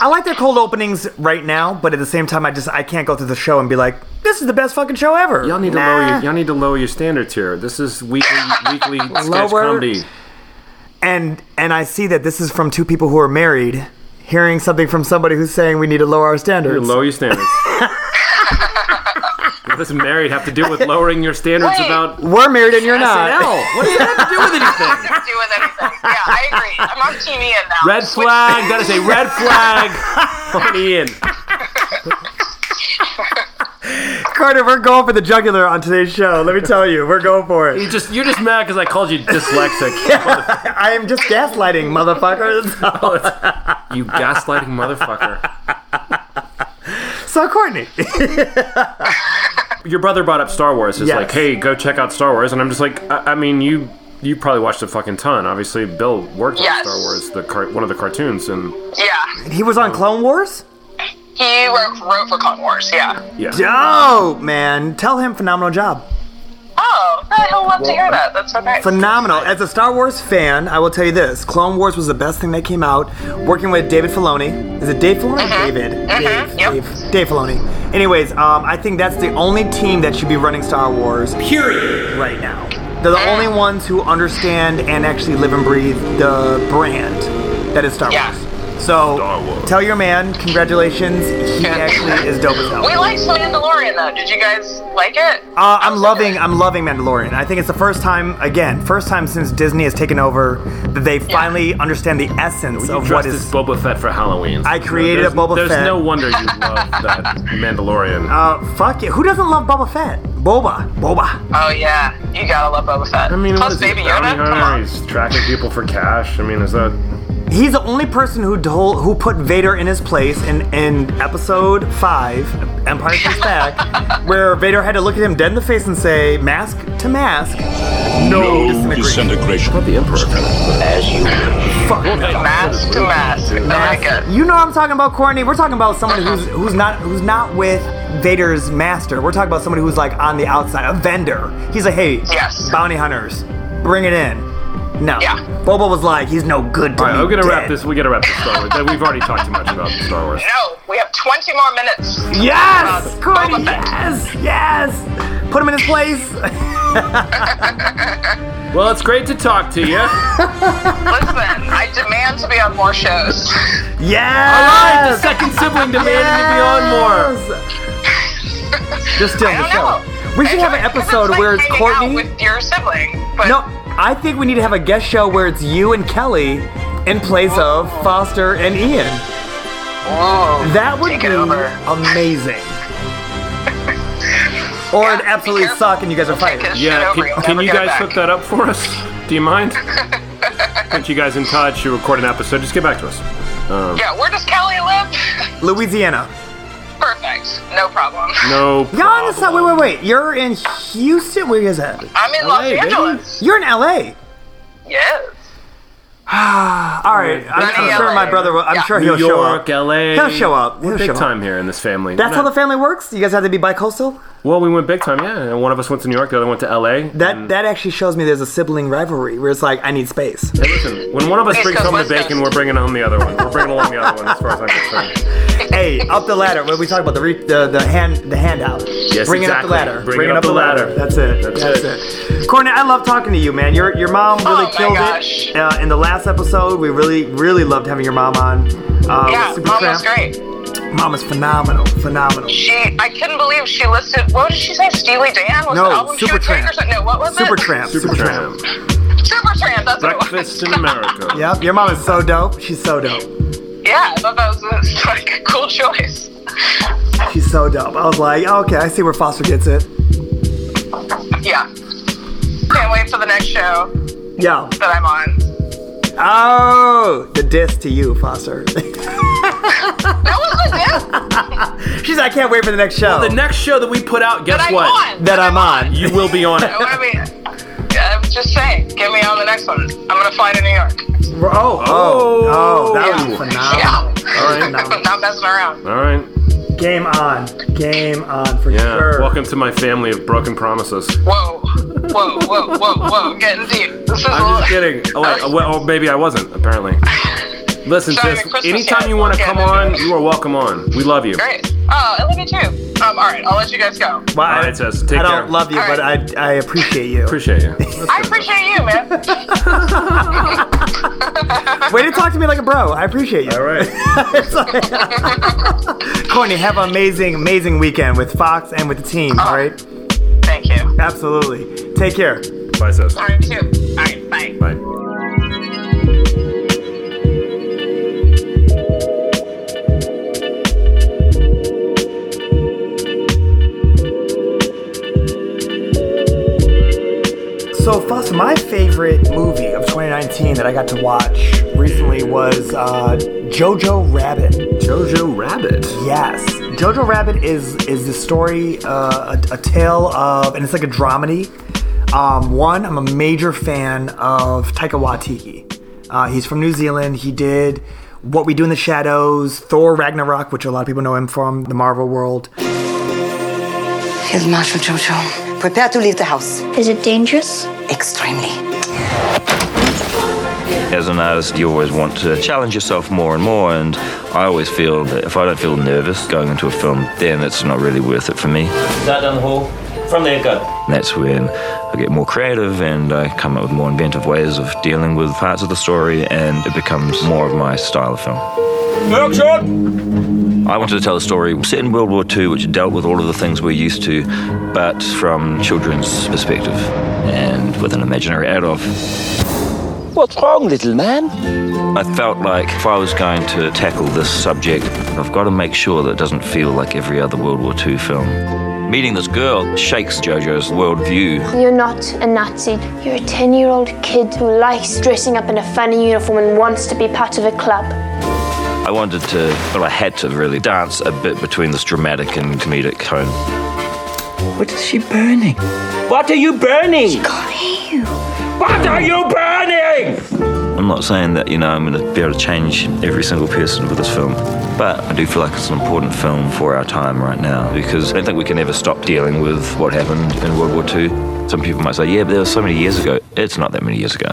B: I like their cold openings right now, but at the same time, I just I can't go through the show and be like, "This is the best fucking show ever."
C: Y'all need to lower your, y'all need to lower your standards here. This is weekly
B: [LAUGHS]
C: weekly sketch
B: Lower-
C: comedy.
B: And and I see that this is from two people who are married, hearing something from somebody who's saying we need to lower our
C: You
B: standards.
C: lower your [LAUGHS] standards. what does married have to do with lowering your standards
I: Wait.
C: about
B: We're married and you're not.
C: SNL? What does that have to do with anything?
I: Nothing to do with anything. Yeah, I agree. I'm on TV and now.
C: Red flag. That is a red flag. on Ian.
B: [LAUGHS] Carter, we're going for the jugular on today's show. Let me tell you, we're going for
C: You
B: it.
C: just you're just mad because I called you dyslexic. [LAUGHS]
B: I am just gaslighting, motherfuckers. [LAUGHS]
C: You gaslighting motherfucker.
B: so Courtney, [LAUGHS]
C: Your brother brought up Star Wars. It's
B: Yes.
C: like, hey, go check out Star Wars, and I'm just like, I, I mean, you you probably watched a fucking ton. Obviously, Bill worked on
I: Yes.
C: Star Wars, the car- one of the cartoons, and
I: Yeah,
B: he was on Clone Wars.
I: he wrote, wrote for Clone Wars. Yeah.
C: yeah.
B: Dope, man. Tell him phenomenal job.
I: Oh, I'll love to hear that. That's so nice.
B: Phenomenal. As a Star Wars fan, I will tell you this: Clone Wars was the best thing that came out. Working with David Filoni, is it Dave Filoni? or David. Dave, Dave. Dave Filoni. Anyways, um, I think that's the only team that should be running Star Wars. Period. Right now, they're the only ones who understand and actually live and breathe the brand that is Star
I: Yeah.
B: Wars. So tell your man, congratulations, he actually is dope as hell.
I: We liked Mandalorian though. Did you guys like it?
B: Uh, I'm loving, I'm loving Mandalorian. I think it's the first time, again, first time since Disney has taken over that they finally understand the essence
C: You
B: of what
C: dressed
B: is
C: as Boba Fett for Halloween.
B: I created a
C: There's-
B: Boba
C: there's
B: Fett.
C: no wonder you love that Mandalorian.
B: Uh, fuck it. Who doesn't love Boba Fett? Boba. Boba.
I: Oh yeah, you gotta love Boba Fett.
C: I mean,
I: Plus
C: what is he,
I: Baby
C: a bounty
I: Yoda. Come
C: hunter?
I: on.
C: He's tracking people for cash. I mean, is that?
B: He's the only person who told, who put Vader in his place in, in episode five, Empire Strikes Back, where Vader had to look at him dead in the face and say, mask to mask, no, disintegration. But the Emperor. As you Fuck.
I: Mask to mask. I like it.
B: You know what I'm talking about, Courtney. We're talking about someone who's who's not who's not with Vader's master. We're talking about somebody who's like on the outside, a vendor. He's like, hey, yes. bounty hunters, bring it in. No. Yeah. Boba was like, he's no good to
C: All right,
B: me.
C: we're gonna wrap
B: dead.
C: this. We gotta wrap this Star Wars. We've already talked too much about Star Wars.
I: No, we have 20 more minutes.
B: Yes,
I: About
B: Courtney.
I: Uh, Boba Fett.
B: Yes, yes. Put him in his place. [LAUGHS]
C: Well, it's great to talk
I: [LAUGHS]
C: to you.
I: Listen, I demand to be on more shows.
B: Yes.
C: All right, the second sibling demanded to be on more.
B: Just still the show. We should have an episode where it's Courtney with
I: your sibling.
B: no, I think we need to have a guest show where it's you and Kelly in place of Foster and Ian. that would be amazing. or it absolutely suck and you guys are fighting.
C: Yeah, can, can you guys hook that up for us? Do you mind?
I: [LAUGHS]
C: Put you guys in touch. You record an episode. Just get back to us. Um,
I: Yeah, where does Kelly live? [LAUGHS]
B: Louisiana.
I: Perfect. No problem.
C: No.
B: Y'all, that's not, wait, wait, wait. You're in Houston? Where is that?
I: I'm in Los Angeles.
B: You're in LA.
I: Yes.
B: All right, I'm, I'm sure my brother will. I'm sure
C: New
B: he'll show
C: York,
B: up.
C: LA.
B: He'll show up.
C: We're
B: He'll
C: big
B: show up.
C: time here in this family.
B: That's
C: We're
B: how
C: not-
B: the family works. You guys have to be bi-coastal.
C: Well, we went big time, yeah. And one of us went to New York, the other went to LA.
B: That that actually shows me there's a sibling rivalry where it's like I need space.
C: Hey, listen, when one of us
B: East
C: brings
B: Coast,
C: home the
B: West Coast.
C: bacon, we're bringing home the other one. We're bringing along the other one, as far as I'm concerned.
I: [LAUGHS]
B: hey, up the ladder. When we talk about the re- the, the hand the handout.
C: Yes,
B: Bring it up
C: exactly.
B: the ladder.
C: Bring it up the ladder.
B: That's it.
C: That's
B: That's,
C: it.
B: it. Courtney, I love talking to you, man. Your your mom really
I: Oh, my
B: killed it uh, in the last episode. We really really loved having your mom on. Uh,
I: yeah,
B: super
I: mom
B: fan.
I: was great.
B: Mom is phenomenal, phenomenal.
I: She, I couldn't believe she listed. What did she say? Steely Dan was
B: No,
I: the album she would
B: Supertramp.
I: take or something? No, what was it?
B: Supertramp. Supertramp.
I: Supertramp. That's what it was.
C: Breakfast in America.
B: Yep, your mom is so dope. She's so dope.
I: [LAUGHS] Yeah, I thought that was [LAUGHS] like a cool choice.
B: She's so dope. I was like, okay, I see where Foster gets it.
I: Yeah. Can't wait for the next show
B: Yeah.
I: that I'm on.
B: Oh, the diss to you, Foster. [LAUGHS]
I: that was a
C: [LAUGHS]
I: diss.
B: She's like, I can't wait for the next show.
C: The next show that we put out, guess
I: That I'm
C: what?
I: on. [LAUGHS]
B: that I'm on. Oh,
C: You will be
B: [LAUGHS]
C: on it.
I: I want to be. I'm just saying, get me on the next one. I'm gonna fly to New York.
B: Oh, oh, oh, that was
I: [LAUGHS]
B: phenomenal.
I: I'm [LAUGHS] not messing around.
C: All right.
B: Game on. Game on for
C: Yeah.
B: sure.
C: Welcome to my family of broken promises.
I: Whoa, whoa, whoa, whoa, whoa, getting deep. This is
C: I'm
I: a-
C: just
I: [LAUGHS]
C: kidding. Oh, wait, oh, well, oh, maybe I wasn't, apparently. Listen,
I: Sorry,
C: sis,
I: Christmas
C: anytime
I: yet.
C: you want to
I: Yeah,
C: come
I: no, no,
C: on, you are welcome on. We love you.
I: great. Oh, I love you too. Um, all right, I'll let you guys go.
B: Well,
C: All
B: I,
C: right, sis. Take
B: I
C: care.
B: don't love you, but I, I appreciate you.
C: Appreciate you.
I: [LAUGHS] I appreciate you, man. [LAUGHS]
B: Way to talk to me like a bro. I appreciate you. All
C: right.
B: Courtney, have an amazing, amazing weekend with Fox and with the team, all right?
I: Thank you.
B: Absolutely. Take care.
C: Bye, sis.
I: All right, you too. All right, bye.
C: Bye.
B: So, Foster, my favorite movie of 2019 that I got to watch recently was uh, Jojo Rabbit.
C: Jojo Rabbit.
B: Yes, Jojo Rabbit is is the story, uh, a, a tale of, and it's like a dramedy. Um, one, I'm a major fan of Taika Waititi. Uh, he's from New Zealand. He did What We Do in the Shadows, Thor Ragnarok, which a lot of people know him from, the Marvel world.
M: Here's Marshal Jojo. Prepare to leave the house. Is it dangerous? Extremely.
N: As an artist, you always want to challenge yourself more and more, and I always feel that if I don't feel nervous going into a film, then it's not really worth it for me.
O: Is that down the hall?
A: from the gut.
N: That's when I get more creative and I come up with more inventive ways of dealing with parts of the story, and it becomes more of my style of film. I wanted to tell a story set in World War II, which dealt with all of the things we're used to, but from children's perspective and with an imaginary adult. What's wrong, little man? I felt like if I was going to tackle this subject, I've got to make sure that it doesn't feel like every other World War II film. Meeting this girl shakes JoJo's worldview.
O: You're not a Nazi. You're a 10 year old kid who likes dressing up in a funny uniform and wants to be part of a club.
N: I wanted to, well, I had to really dance a bit between this dramatic and comedic tone.
L: What is she burning?
N: What are you burning? She
L: can't hear you.
N: What are you burning? I'm not saying that, you know, I'm going to be able to change every single person with this film, but I do feel like it's an important film for our time right now because I don't think we can ever stop dealing with what happened in World War II. Some people might say, yeah, but there was so many years ago. It's not that many years ago.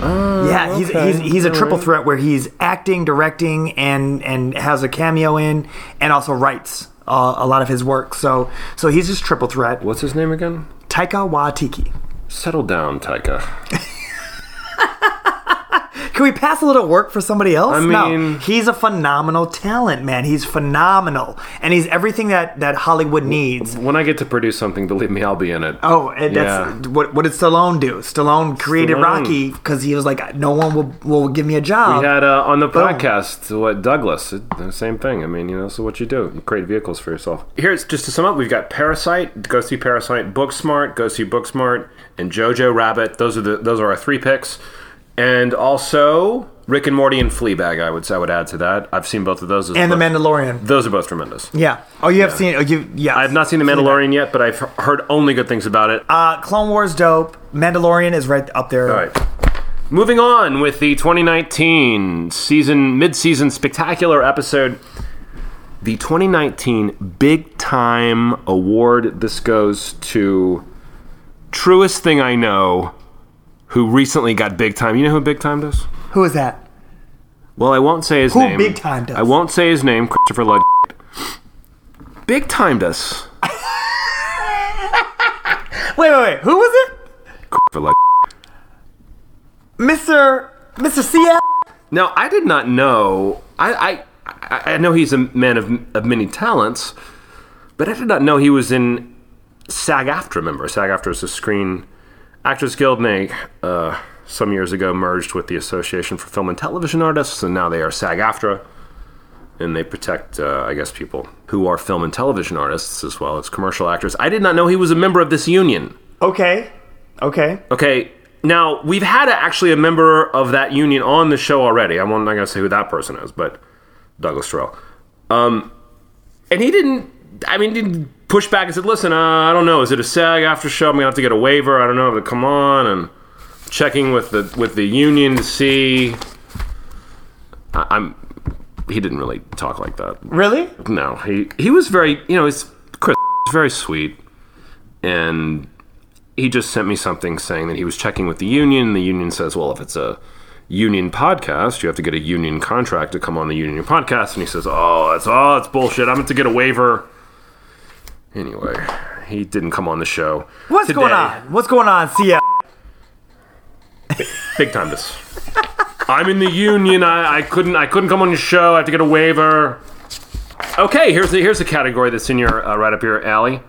B: yeah, he's,
N: Oh, okay.
B: he's, he's a
N: All
B: triple
N: right.
B: threat where he's acting, directing, and and has a cameo in, and also writes uh, a lot of his work. So so he's just triple threat.
C: What's his name again?
B: Taika Waititi.
C: Settle down, Taika.
B: Can we pass a little work for somebody else?
C: I
B: no, he's a phenomenal talent, man. He's phenomenal, and he's everything that that Hollywood needs.
C: When I get to produce something, believe me, I'll be in it.
B: Oh, and that's what what did Stallone do? Stallone created
C: Stallone.
B: Rocky because he was like, no one will will give me a job.
C: We had uh, on the
B: Boom.
C: podcast what Douglas, it- the same thing. I mean, you know, so what you do, you create vehicles for yourself. Here's just to sum up: we've got Parasite, go see Parasite, Booksmart, go see Booksmart, and Jojo Rabbit. Those are the those are our three picks, and also Rick and Morty and Fleabag. I would I would add to that. I've seen both of those. Those
B: and the
C: are both-
B: Mandalorian.
C: Those are both tremendous.
B: Yeah. Oh, you have seen. Oh, you yeah.
C: I've not seen the Mandalorian yet, but I've heard only good things about it.
B: Uh, Clone Wars dope. Mandalorian is right up there.
C: All right. Moving on with the 2019 season mid-season spectacular episode. The 2019 Big Time Award. This goes to truest thing I know, who recently got Big Time. You know who Big Time does?
B: Who is that?
C: Well, I won't say his
B: Who
C: name.
B: Big Time does?
C: I won't say his name. Christopher Lud. Big Time does.
B: Wait, wait, wait. Who was it?
C: Christopher Lud.
B: Mister Mister CL.
C: Now, I did not know. I I, I I know he's a man of, of many talents, but I did not know he was in SAG-AFTRA. Remember, SAG-AFTRA is the Screen Actors Guild, and they uh, some years ago merged with the Association for Film and Television Artists, and now they are SAG-AFTRA, and they protect, uh, I guess, people who are film and television artists as well as commercial actors. I did not know he was a member of this union.
B: Okay. Okay.
C: Okay. Now we've had a, actually a member of that union on the show already. I'm not going to say who that person is, but Douglas Terrell. Um, and he didn't. I mean, didn't push back and said, "Listen, uh, I don't know. Is it a SAG after show? I'm going to have to get a waiver. I don't know. But come on." And checking with the with the union to see. I, I'm. He didn't really talk like that.
B: Really?
C: No, he he was very you know he's Chris is very sweet, and he just sent me something saying that he was checking with the union. The union says, well, if it's a union podcast, you have to get a union contract to come on the union podcast. And he says, oh, that's all, it's bullshit. I'm going to get a waiver. Anyway, he didn't come on the show.
B: What's
C: today.
B: going on? What's going on, CL?
C: Big time this. I'm in the union. I, I couldn't. I couldn't come on your show. I have to get a waiver. Okay, here's the here's a category that's in your uh, right up your alley.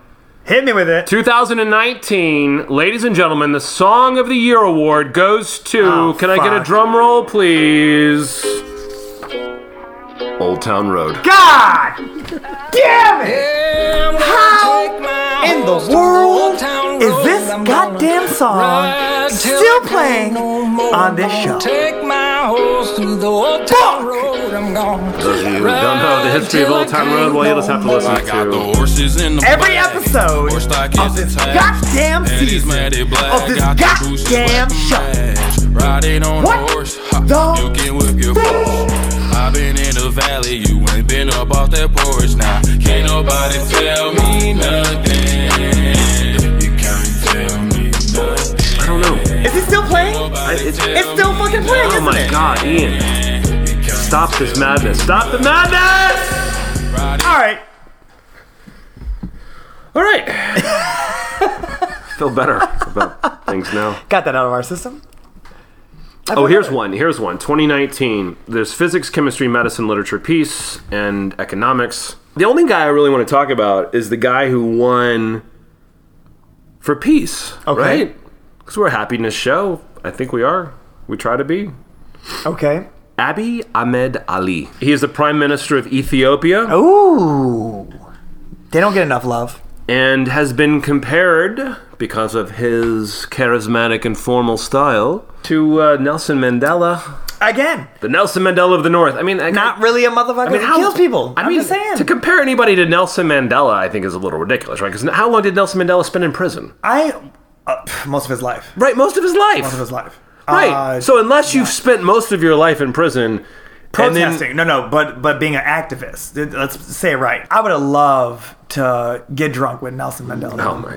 B: Hit me with it.
C: 2019, ladies and gentlemen, the Song of the Year award goes to. can I get a
B: fuck.
C: drum roll, please? Old Town Road.
B: God damn it! How in the world is this goddamn song still playing on this show?
C: Those of you who don't know the history of Old Town Road, well, you'll just have to listen to.
B: Every episode of this goddamn season of this goddamn show. What the?
P: I've been in the valley, you ain't been up off that porch now. Can't nobody tell me nothing. You can't tell me nothing. I
C: don't know.
B: Is he still playing?
C: it's,
B: still fucking playing,
C: Oh
B: isn't
C: my
B: it?
C: god, Ian. Stop this madness. Stop the madness!
B: All right.
C: All right. Feel better about things now.
B: Got that out of our system.
C: Oh, here's one. Here's one. 2019. There's physics, chemistry, medicine, literature, peace, and economics. The only guy I really want to talk about is the guy who won for peace.
B: Okay.
C: Right? Because we're a happiness show. I think we are. We try to be.
B: Okay.
C: Abiy Ahmed Ali. Oh. He is the prime minister of Ethiopia.
B: Ooh. They don't get enough love.
C: and has been compared because of his charismatic and formal style to uh, Nelson Mandela,
B: Again,
C: the Nelson Mandela of the North. I mean, I,
B: not really a motherfucker
C: I mean,
B: who
C: how-
B: kills people.
C: I
B: I'm
C: mean,
B: just saying.
C: to compare anybody to Nelson Mandela, I think is a little ridiculous, right? Because how long did Nelson Mandela spend in prison?
B: I uh, pff, most of his life.
C: Right, most of his life.
B: Most of his life.
C: Right.
B: Uh,
C: so unless you've spent most of your life in prison, and then-
B: protesting. no, no, but but being an activist. Th- Let's say it right. I would have loved to get drunk with Nelson Mandela.
C: Oh my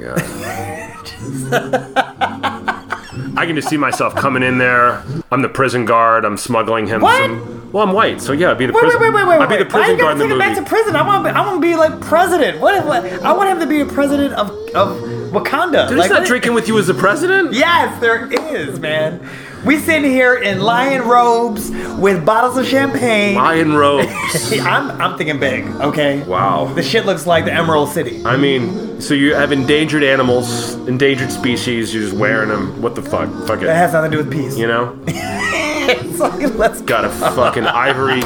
C: god. [LAUGHS] I can just see myself coming in there. I'm the prison guard. I'm smuggling him.
B: What?
C: Some, well, I'm white, so yeah, I'd be the
B: Wait, wait,
C: prison.
B: wait, wait, wait!
C: I'd be
B: wait.
C: the
B: Why
C: prison
B: you gotta
C: guard in the
B: take it
C: movie.
B: back to prison? I want, I want to be like president. What, what? I want him to be a president of of Wakanda.
C: Dude,
B: like,
C: he's not
B: what-
C: drinking with you as
B: [LAUGHS]
C: the president.
B: Yes, there is, man. We sit here in lion robes with bottles of champagne.
C: Lion robes.
B: [LAUGHS] I'm, I'm thinking big, okay?
C: Wow.
B: The shit looks like the Emerald City.
C: I mean, so you have endangered animals, endangered species. You're just wearing them. What the fuck? Fuck
B: That
C: it.
B: has nothing to do with peace. [LAUGHS]
C: You know,
B: It's like, let's
C: got a fucking ivory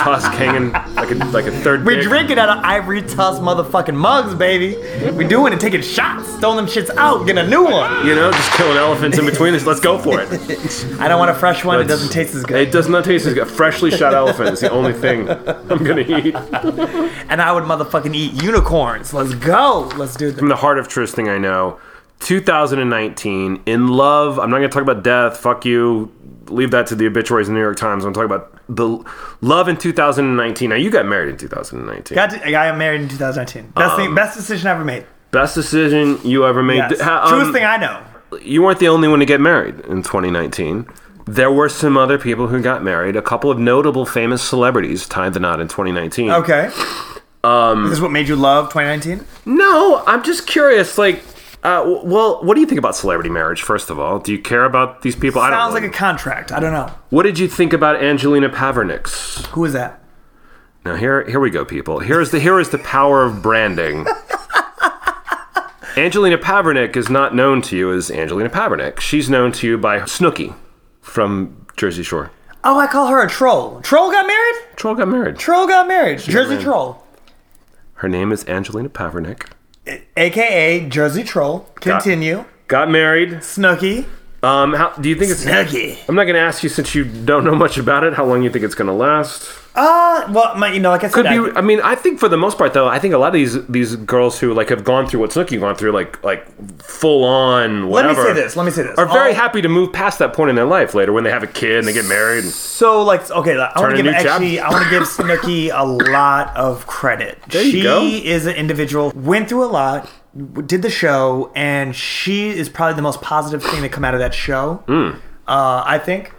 C: tusk hanging like a like a third.
B: We're
C: dick.
B: drinking out of ivory tusk motherfucking mugs, baby. We doing it, taking shots, throwing them shits out, getting a new one.
C: You know, just killing elephants in between us. Let's go
B: [LAUGHS]
C: for it.
B: I don't want a fresh one. It
C: Let's-
B: doesn't taste as good.
C: It does not taste as good. Freshly shot elephant is the
B: [LAUGHS]
C: only thing I'm gonna eat.
B: And I would motherfucking eat unicorns. Let's go. Let's do this.
C: From the heart of truest thing I know, 2019, in love. I'm not gonna talk about death. Fuck you. Leave that to the obituaries in the New York Times. I'm talking about the love in 2019. Now you got married in 2019.
B: Got to, I got married in 2019. Best thing,
C: Um,
B: best decision I ever made.
C: Best decision you ever made.
B: Yes.
C: Th- how- um,
B: Truest thing I know.
C: you weren't the only one to get married in 2019. There were some other people who got married. A couple of notable famous celebrities tied the knot in 2019.
B: Okay.
C: Um,
B: This is what made you love 2019?
C: No, I'm just curious. Like, uh, w- well, what do you think about celebrity marriage? First of all, do you care about these people? I don't.
B: Sounds like a contract. I don't know.
C: what did you think about Angelina Pavernix?
B: Who is that?
C: Now here, here we go, people. Here is the here is the power of branding. Angelina Pavernick is not known to you as Angelina Pavernick. She's known to you by Snooki from Jersey Shore.
B: Oh, I call her a troll. Troll got married?
C: Troll got married.
B: Troll got married.
C: got
B: Jersey
C: married.
B: Troll.
C: Her name is Angelina Pavernick.
B: AKA Jersey Troll. Continue.
C: Got married.
B: Snooky.
C: Um, how, do you think it's
B: Snooki.
C: I'm not going to ask you since you don't know much about it. How long you think it's going to last?
B: Uh, well, my, you know, like I said,
C: Could
B: I-
C: be. I mean, I think for the most part, though, I think a lot of these these girls who like have gone through what Snooki gone through, like like full on
B: Let me
C: whatever.
B: say this, let me say this.
C: Are very
B: All-
C: happy to move past that point in their life later when they have a kid and they get married.
B: So like okay, like, I want
C: Turn
B: to
C: a
B: give
C: new chap.
B: actually I want to
C: [LAUGHS]
B: give Snooki a lot of credit.
C: There you
B: she
C: go.
B: is an individual went through a lot, w- did the show, and she is probably the most positive thing to come out of that show.
C: Hmm.
B: Uh, I think,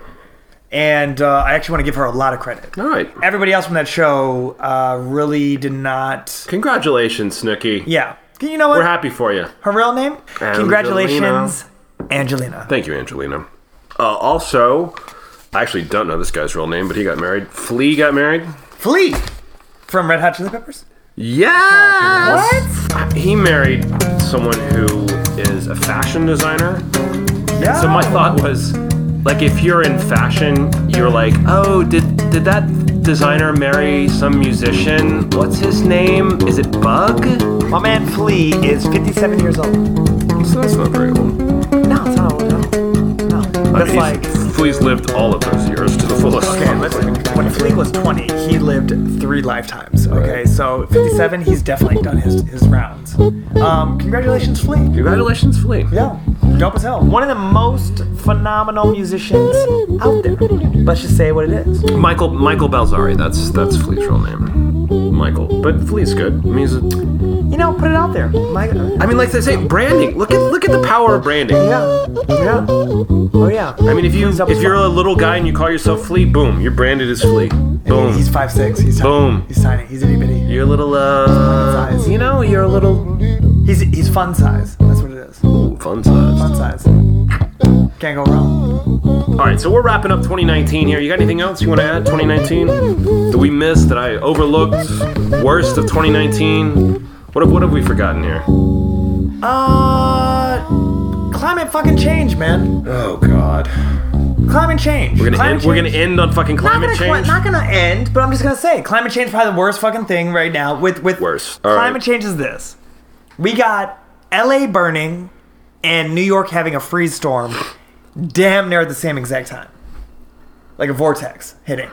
B: and uh, I actually want to give her a lot of credit.
C: All right.
B: Everybody else from that show uh, really did not.
C: Congratulations, Snooki.
B: Yeah, you know what?
C: We're happy for you.
B: Her real name? Congratulations, Angelina.
C: Thank you, Angelina. Uh, also, I actually don't know this guy's real name, but he got married. Flea got married.
B: Flea from Red Hot Chili Peppers.
C: Yes. What? He married someone who is a fashion designer.
B: Yeah.
C: So my thought was, like, if you're in fashion, you're like, oh, did did that designer marry some musician? What's his name? Is it Bug?
B: My man Flea is 57 years old.
C: So that's not very old.
B: No, it's not. No, no. That's like
C: Flea's lived all of those years to the fullest.
B: okay. Listen, when Flea was 20, he lived three lifetimes. Okay, so 57, he's definitely done his his rounds. Um, congratulations, Flea.
C: Congratulations, Flea.
B: Yeah, dope as hell. One of the most phenomenal musicians out there. Let's just say what it is.
C: Michael Michael Balzari. That's that's Flea's real name. Michael, but Flea's good. I mean, he's a,
B: You know, put it out there. uh, My,
C: I mean, like they say, branding. Look at look at the power of branding.
B: yeah, yeah. Oh yeah.
C: I mean, if you if you're a little guy and you call yourself Flea, boom, you're branded as Flea. Boom.
B: He's five six. He's tiny.
C: Boom.
B: He's tiny. He's itty bitty.
C: You're a little, uh, you know, you're a little
B: He's he's fun size. That's what it is.
C: Ooh, fun size.
B: Fun size. Can't go wrong.
C: All right, so we're wrapping up 2019 here. You got anything else you want to add? 2019? That we missed? That I overlooked? Worst of 2019? What have, what have we forgotten here?
B: Uh, climate fucking change, man.
C: Oh God.
B: Climate change.
C: We're gonna
B: Climate
C: end, we're gonna end on fucking
B: Not
C: climate
B: gonna,
C: change.
B: not gonna end, but I'm just gonna say climate change is probably the worst fucking thing right now. With with
C: worse. All right.
B: climate change is this: we got L.A. burning and New York having a freeze storm, damn near at the same exact time, like a vortex hitting.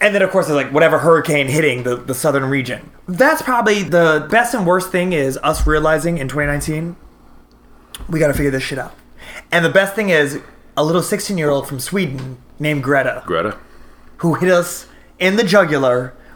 B: And then of course there's like whatever hurricane hitting the, the southern region. That's probably the best and worst thing is us realizing in 2019 we got to figure this shit out. And the best thing is a little 16 year old from Sweden named Greta
C: Greta.
B: who hit us in the jugular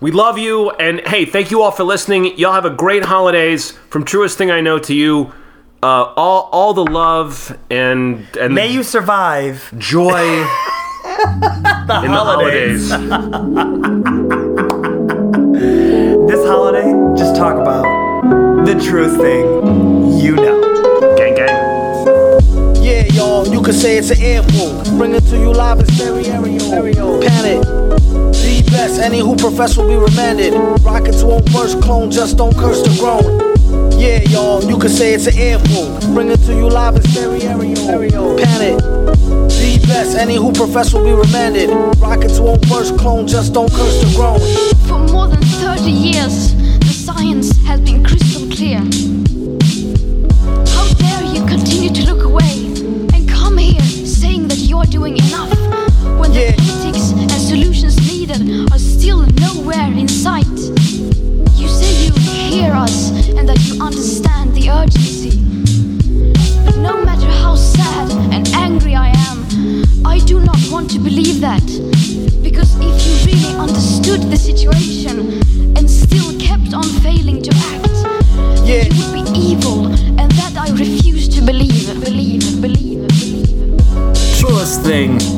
C: We love you, and hey, thank you all for listening. Y'all have a great holidays. From truest thing I know to you, uh, all all the love and and
B: May you survive
C: joy in the holidays.
B: [LAUGHS] This holiday, just talk about the truest thing you know.
C: Gang, gang.
Q: Yeah, y'all, you could say it's an earful. Bring it to you live in stereo. Panic. The best, any who profess will be remanded. Rockets won't burst, clone just don't curse the groan. Yeah, y'all, you could say it's an earful. Bring it to you live in stereo. Panic. The best, any who profess will be remanded. Rockets won't burst, clone just don't curse the groan.
R: For more than 30 years, the science has been crystal clear. How dare you continue to look away and come here saying that you're doing enough when the politics and solutions needed are still nowhere in sight? You say you hear us and that you understand the urgency. But no matter how sad and angry I am, I do not want to believe that. Because if you really understood the situation and still kept on failing to act, you would be evil, and that I refuse to believe. Believe, believe, believe.
A: Truest thing